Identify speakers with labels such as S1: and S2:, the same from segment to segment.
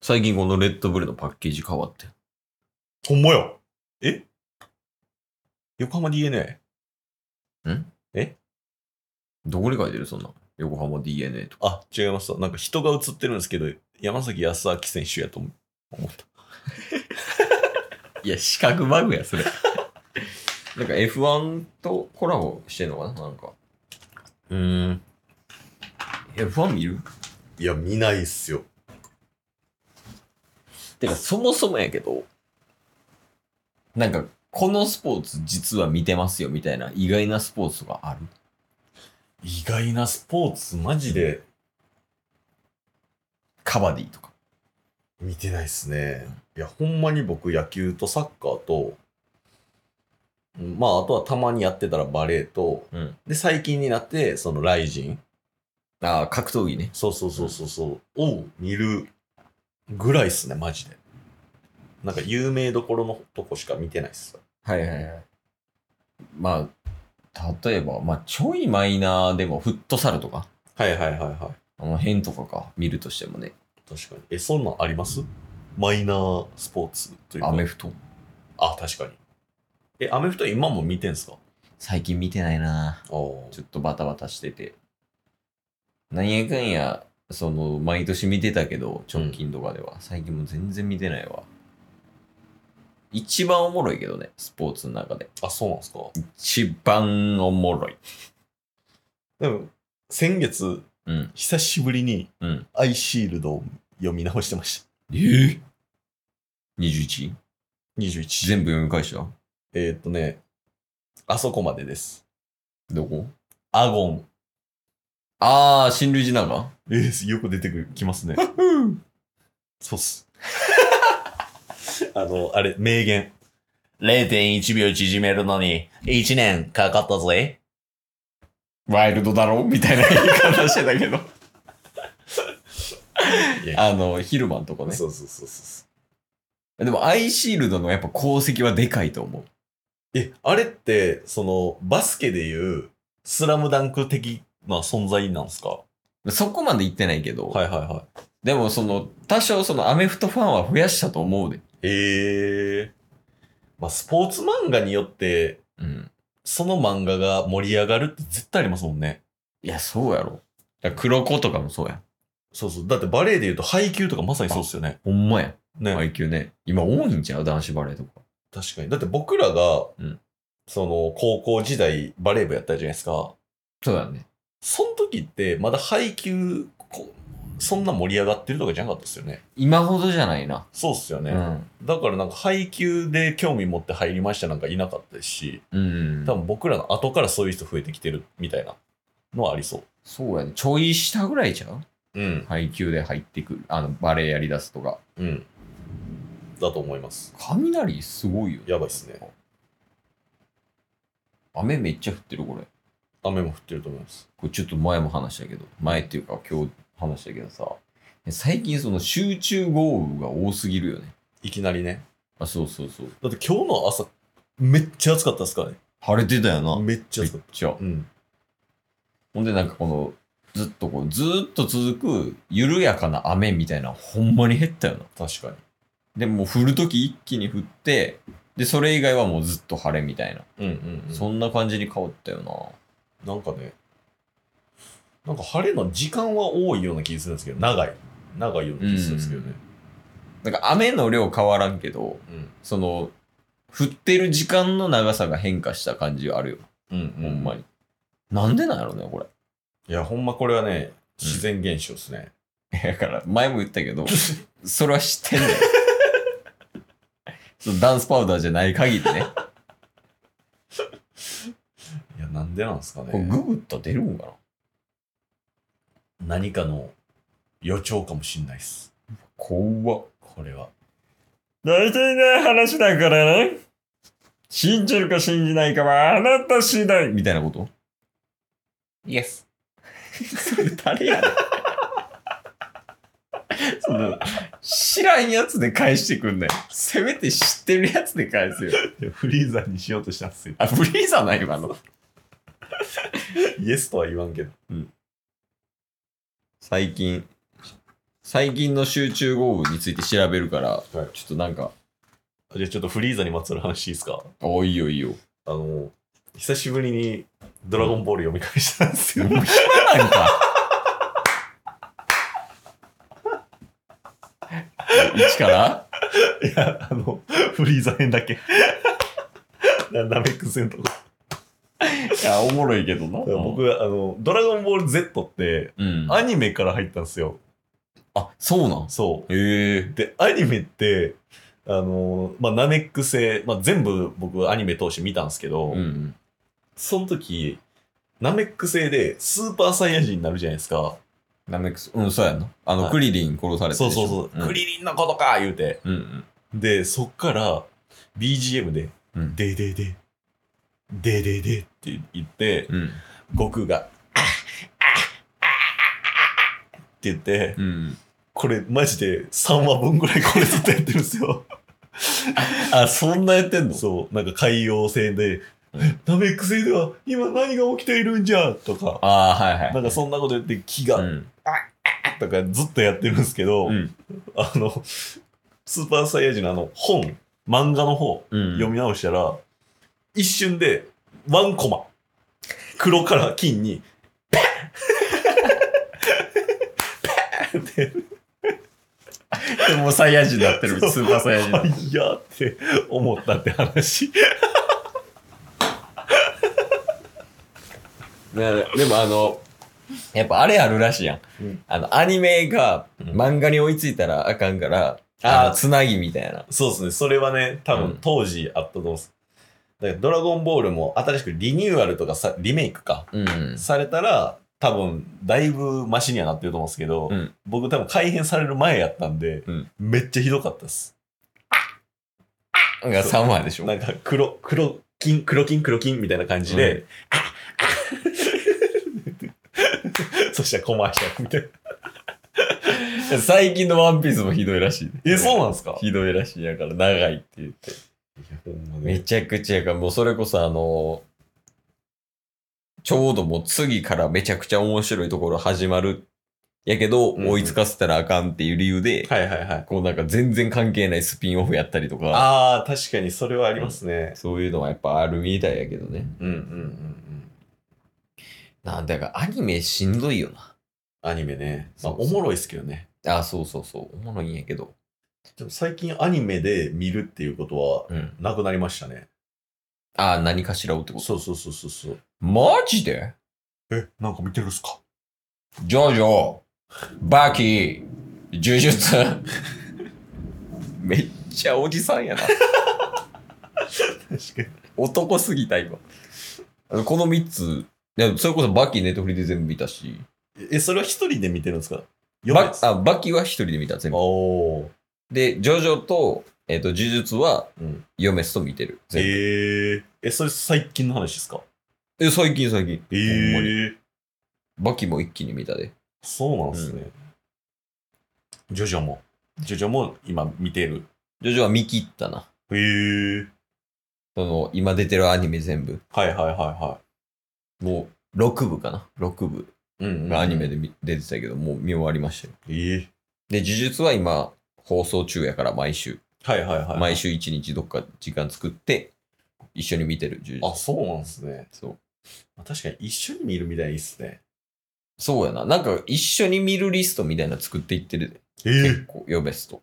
S1: 最近このレッドブルのパッケージ変わって。
S2: ほんまや。え横浜 DNA?
S1: どこに書いてるそんな。横浜 DNA とか。
S2: あ、違います。なんか人が映ってるんですけど、山崎康明選手やと思思った。
S1: いや、四角バグや、それ。 なんか F1 とコラボしてんのかななんか。
S2: うーん。
S1: F1 見る
S2: いや、見ないっすよ。
S1: てか、そもそもやけど、なんか、このスポーツ実は見てますよみたいな意外なスポーツとかある
S2: 意外なスポーツ、マジで
S1: カバディとか。
S2: 見てないっすね。いや、ほんまに僕、野球とサッカーと、うんまあ、あとはたまにやってたらバレーと、
S1: うん
S2: で、最近になって、その、ライジン、
S1: ああ、格闘技ね。
S2: そうそうそうそうそう、を見るぐらいっすね、マジで。なんか、有名どころのとこしか見てないっす。
S1: はいはいはい。まあ、例えば、まあ、ちょいマイナーでもフットサルとか、
S2: はいはいはいはい。
S1: あの辺とかか、見るとしてもね、
S2: 確かに。え、そんなんありますマイナースポーツというか。
S1: アメフト。
S2: あ、確かに。え、アメフト今も見てんすか
S1: 最近見てないな
S2: ああ
S1: ちょっとバタバタしてて。なんやかんや、その、毎年見てたけど、直近とかでは。最近もう全然見てないわ。一番おもろいけどね、スポーツの中で。
S2: あ、そうなんですか
S1: 一番おもろい。
S2: でも、先月、
S1: うん、
S2: 久しぶりに
S1: うん。
S2: アイシールドを読み直してまし
S1: えぇ、?21?
S2: た。21。
S1: 全部読み返した
S2: えーっとね、あそこまでです。
S1: どこ
S2: アゴン。
S1: あー、親類寺長
S2: えーよく出てくるきますね。そうっす。 あの、あれ、名言。0.1秒縮めるのに1年かかったぜ。
S1: ワイルドだろみたいな言い方してたけど。
S2: いや
S1: あの、ヒルマンとかね。
S2: そうそうそうそう。
S1: でも、アイシールドのやっぱ功績はでかいと思う。
S2: え、あれって、その、バスケでいう、スラムダンク的な存在なんですかは
S1: そこまで言ってないけど、
S2: いはいは
S1: でもその、多少そのアメフトファンは増やしたと思うで。
S2: い。へえー。まあ、スポーツ漫画によって、
S1: うん。
S2: その漫画が盛り上がるって絶対ありますもんね。
S1: いや、そうやろ。だから黒子とかもそうや。
S2: そうそう。だってバレエで言うと配給とかまさにそうですよね。
S1: ほんまや。
S2: ね、
S1: 配給ね。今多いんちゃう男子バレーとか。
S2: 確かに。だって僕らが、
S1: うん
S2: その、高校時代バレー部やったじゃないですか。
S1: そうだね。
S2: その時って、まだ配給、こそんな盛り上がってるとかじゃなかったですよね。
S1: 今ほどじゃないな。
S2: そうっすよね。
S1: うん。
S2: だからなんか配給で興味持って入りましたなんかいなかったですし、
S1: うん。
S2: 多分僕らの後からそういう人増えてきてるみたいなのはありそ
S1: そうやね。ちょい下ぐらいちゃう
S2: う。うん。
S1: 配給で入ってくる。あの、バレーやり出すとか。
S2: うん。だと思います。
S1: 雷すごいよね。
S2: やばいっすね。
S1: 雨めっちゃ降ってる、これ。
S2: 雨も降ってると思います。
S1: これちょっと前も話したけど、前っていうか今日話したけどさ、最近その集中豪雨が多すぎるよね。
S2: いきなりね。
S1: あ、そうそうそう。
S2: だって今日の朝、めっちゃ暑かったですからね。
S1: 晴れてたよな。めっ
S2: めっちゃ暑かっ
S1: ちゃ
S2: た。。うん。
S1: ほんでなんかこの、ずっとこう、ずーっと続く緩やかな雨みたいな、ほんまに減ったよな。
S2: 確か
S1: でもう降るとき一気に降って、で、それ以外はもうずっと晴れみたいな。
S2: に。うんうん、うん。
S1: そんな感じに変わったよな。
S2: なんかね、なんか晴れの時間は多いような気がするんですけど、長い。長いような気がするんですけどね。
S1: なんか雨の量変わらんけど、
S2: うん。
S1: その、降ってる時間の長さが変化した感じはあるよ。
S2: うん、
S1: ほ
S2: ほ
S1: ん
S2: んま
S1: ま
S2: に。
S1: に。なんでなんやろね、これ。
S2: いや、ほんまこれはね、自然現象ですね。
S1: だから、前も言ったけ ど、それは知ってんだ よ。そのダンスパウダーじゃない限り ね。
S2: いや、なんでなんですか
S1: これ
S2: ね。
S1: ググったら出るんかな
S2: 何かの予兆かもしんないっす。
S1: 怖っ。
S2: これは。
S1: 大体ない話だからね。信じるか信じないかはあなた次第みたいなことイエス。 それ誰やねん。 その知らんやつで返してくんない。せめて知ってるやつで返すよ。
S2: フリーザーにしようとしたんですよ。
S1: あ、フリーザーない今の。
S2: イエスとは言わんけど。
S1: 最近、最近の集中豪雨について調べるから、
S2: い
S1: ちょっとなんか、
S2: じゃあちょっとフリーザにまつわる話いいですか
S1: あ、いいよいいよ。
S2: あの、久しぶりにドラゴンボール読み返したんですよ。
S1: なんか。 一から
S2: いや、あの、フリーザ編だけ。 なナメック戦とか。
S1: いや、おもろいけどな。
S2: 僕、あの、ドラゴンボール Z って、
S1: うん。
S2: アニメから入ったんですよ。
S1: あ、そうなん
S2: そ
S1: へ
S2: う。
S1: え。
S2: で、アニメって、あの、まあ、ナメック星、まあ、全部僕アニメ通して見たんですけど、
S1: うん。
S2: その時、ナメック星でスーパーサイヤ人になるじゃないですか。
S1: ナメックス、うん、そうやんな。あの、
S2: はい
S1: クリリン殺されて
S2: そうそうそう。ク
S1: リ
S2: リリンのことか言うて。
S1: うんうん。
S2: で、そっから BGM で、
S1: うん
S2: ででで、でででって言って、
S1: うん。
S2: 悟空が、あっあっあっあっあっって言って、
S1: うん。
S2: これマジで3話分ぐらいこれずっとやってるんですよ。あ、そんなやってんのそう、なんか海洋星で
S1: うん、
S2: ナメック星では今何が起きているんじゃとか、
S1: ああ、はいはい。
S2: なんかそんなこと言って木が、
S1: うん。
S2: とかずっとやってるんですけど、
S1: うん。
S2: あの、スーパーサイヤ人のあの本、漫画の方、
S1: うん。
S2: 読み直したら、一瞬でワンコマ黒から金にパンパンって
S1: でもサイヤ人になってる。
S2: そう
S1: スーパーサイヤ人になってる。
S2: いやーって思ったって話
S1: ねでもあの、やっぱあれあるらしいやん。
S2: うん
S1: あの、アニメが
S2: うん
S1: 漫画に追いついたらあかんから、
S2: あー
S1: あのつなぎみたいな。
S2: そうですねそれはね多
S1: う
S2: 分
S1: ん
S2: 当時あったと思うんです、だからドラゴンボールも新しくリニューアルとかさリメイクか
S1: うん。
S2: されたら多分だいぶマシにはなってると思うんですけど、
S1: うん
S2: 僕多分改編される前やったんで、
S1: うん
S2: めっちゃひどかったです
S1: が3話でしょ。
S2: なんか黒、黒金、黒金、黒金みたいな感じで、 そしたらコマーシャルみたいな。
S1: 最近のワンピースもひどいらしい。
S2: え、そうなんですか
S1: ひどいらしいやから、長いって言って。めちゃくちゃやから、もうそれこそあの、ちょうどもう次からめちゃくちゃ面白いところ始まる。やけど、
S2: うん
S1: 追いつかせたらあかんっていう理由で、
S2: はいはいはい。
S1: こうなんか全然関係ないスピンオフやったりとか、
S2: ああ、確かにそれはありますね。
S1: そういうのはやっぱあるみたいやけどね。
S2: うんうんうんうん。
S1: なんだかアニメしんどいよ
S2: アニメね。ま
S1: そ
S2: あ、
S1: うそ
S2: お
S1: う
S2: もろいっすけどね。
S1: な。あ、そうそうそう。おもろいんやけど。
S2: でも最近アニメで見るっていうことは
S1: うん。
S2: なくなりましたね。
S1: あ、何かしらをってこと。
S2: そうそうそうそうそう。
S1: マジで
S2: え、なんか見てるっすか
S1: ジョジョ、バキ、呪術。 めっちゃおじさんやな。
S2: 確かに。
S1: 男すぎた今。あのこの3つ、いやそれこそバキネットフリで全部見たし、
S2: え、それは一人で見てるんですか
S1: バ
S2: あ
S1: あバキは1人で見た全部。
S2: おー。
S1: で、ジョジョと、えっ、と、呪術は
S2: うん、
S1: 嫁すと見てる。
S2: え
S1: 全部
S2: ー、え、それ最近の話ですか
S1: え最近最近。
S2: え
S1: ほんまに
S2: ー、
S1: バキも一気に見たで。
S2: そうなんですね、ジョジョも。ジョジョも今見てる。
S1: ジョジョは見切ったな。
S2: へえ。
S1: その、今出てるアニメ全部。
S2: はいはいはいは
S1: もう、6部かな ?6 部
S2: い。うん、
S1: がアニメ。で見出てたけど、もう見終わりましたよ。
S2: ええ。
S1: で、呪術は今、放送中やから毎週。
S2: はいはいはい。
S1: 毎。週1日どっか時間作って、一緒に見てる呪術。
S2: あ、そうなんですね。
S1: そう。
S2: 確かに一緒に見るみたいですね。
S1: そうやな。なんか、一緒に見るリストみたいなの作っていってるで。
S2: え
S1: 結構、呼べすと。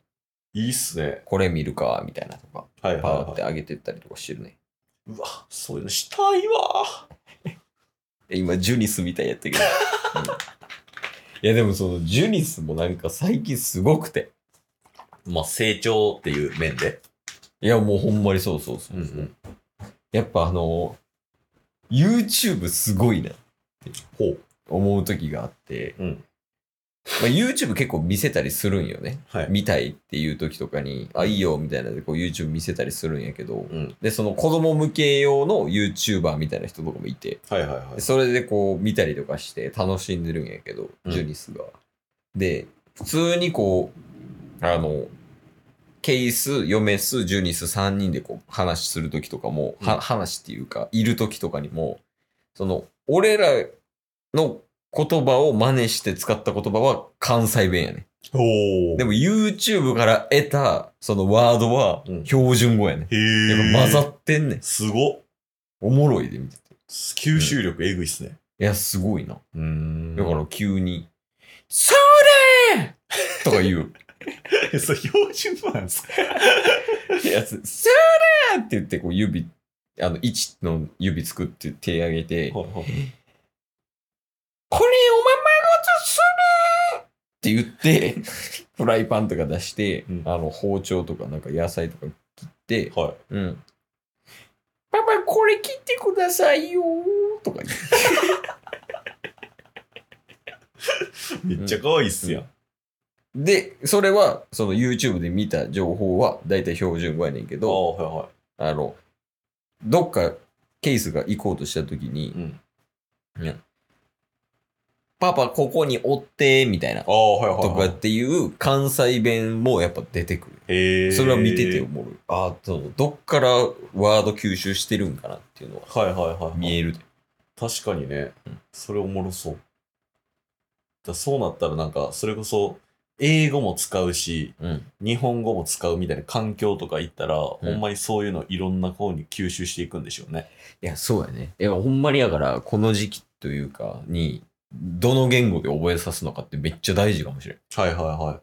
S2: いいっすね。
S1: これ見るか、みたいなとか、
S2: はいはい、
S1: パーっ
S2: は
S1: て上げてったりとかしてるね。
S2: い。うわ、そういうのしたいわ。
S1: え今、ジュニスみたいやったけど。 うんいや、でもその、ジュニスもなんか最近すごくて。
S2: まあ、成長っていう面で。
S1: いや、もうほんまにそうそうそうう。
S2: んうん。
S1: やっぱあの、YouTube すごいな、
S2: ほう。
S1: 思う時があって、
S2: うん
S1: まあ、YouTube 結構見せたりするんよね。
S2: はい。
S1: 見たいっていう時とかに、あ、いいよ、みたいなのでこう YouTube 見せたりするんやけど、
S2: うん。
S1: で、その子供向け用の YouTuber みたいな人とかもいて、
S2: はいはいはい
S1: で。それでこう見たりとかして楽しんでるんやけど、
S2: うん
S1: ジュニスが。で、普通にこう、あの、ケイス、ヨメス、ジュニス3人でこう話するときとかも、
S2: うん
S1: は話っていうか、いるときとかにも、その、俺らの言葉を真似して使った言葉は関西弁やね。
S2: おお。
S1: でも YouTube から得たそのワードは
S2: うん
S1: 標準語やね。
S2: へ
S1: や
S2: え。
S1: っぱ混ざってんねん。
S2: すごっ。
S1: おもろいで見てて。
S2: 吸収力えぐいっすね。
S1: いや、すごいな。
S2: うん
S1: だから急に、それーとか言う。
S2: ら、 そう、標準語なんですか
S1: い やつ、それーって言って、こう指、あの、1の指作って手上げて、
S2: ほうほう
S1: これお前まごとするって言って、 フライパンとか出して、
S2: うん
S1: あの、包丁とかなんか野菜とか切って、
S2: はい。
S1: うん。パパ、これ切ってくださいよーとか言って。
S2: めっちゃ可愛いっすやん。
S1: で、それは、その YouTube で見た情報は、だいたい標準語やねんけ
S2: あ
S1: ど、
S2: あ、はいは
S1: あの、どっかケースが行こうとしたときに
S2: い。、うん。
S1: パパ、ここにおって、みたいな
S2: あ、あ、はいはい
S1: と
S2: は
S1: か
S2: い。
S1: っていう関西弁もやっぱ出てくる。
S2: へえ。
S1: それは見てて。思う。あと、どっからワード吸収してるんかなっていうのは
S2: はいはいはいはい。
S1: 見えるで。
S2: 確かにね
S1: うん、
S2: それおもろそう。だそうなったらなんか、それこそ、英語も使うし、
S1: うん。
S2: 日本語も使うみたいな環境とか行ったら、
S1: ん
S2: ほんまにそういうのいろんな方に吸収していくんでしょうね。
S1: いや、そうやね。いや、ほんまにだから、この時期というか、に、どの言語で覚えさすのかってめっちゃ大事かもしれん。
S2: はいはいは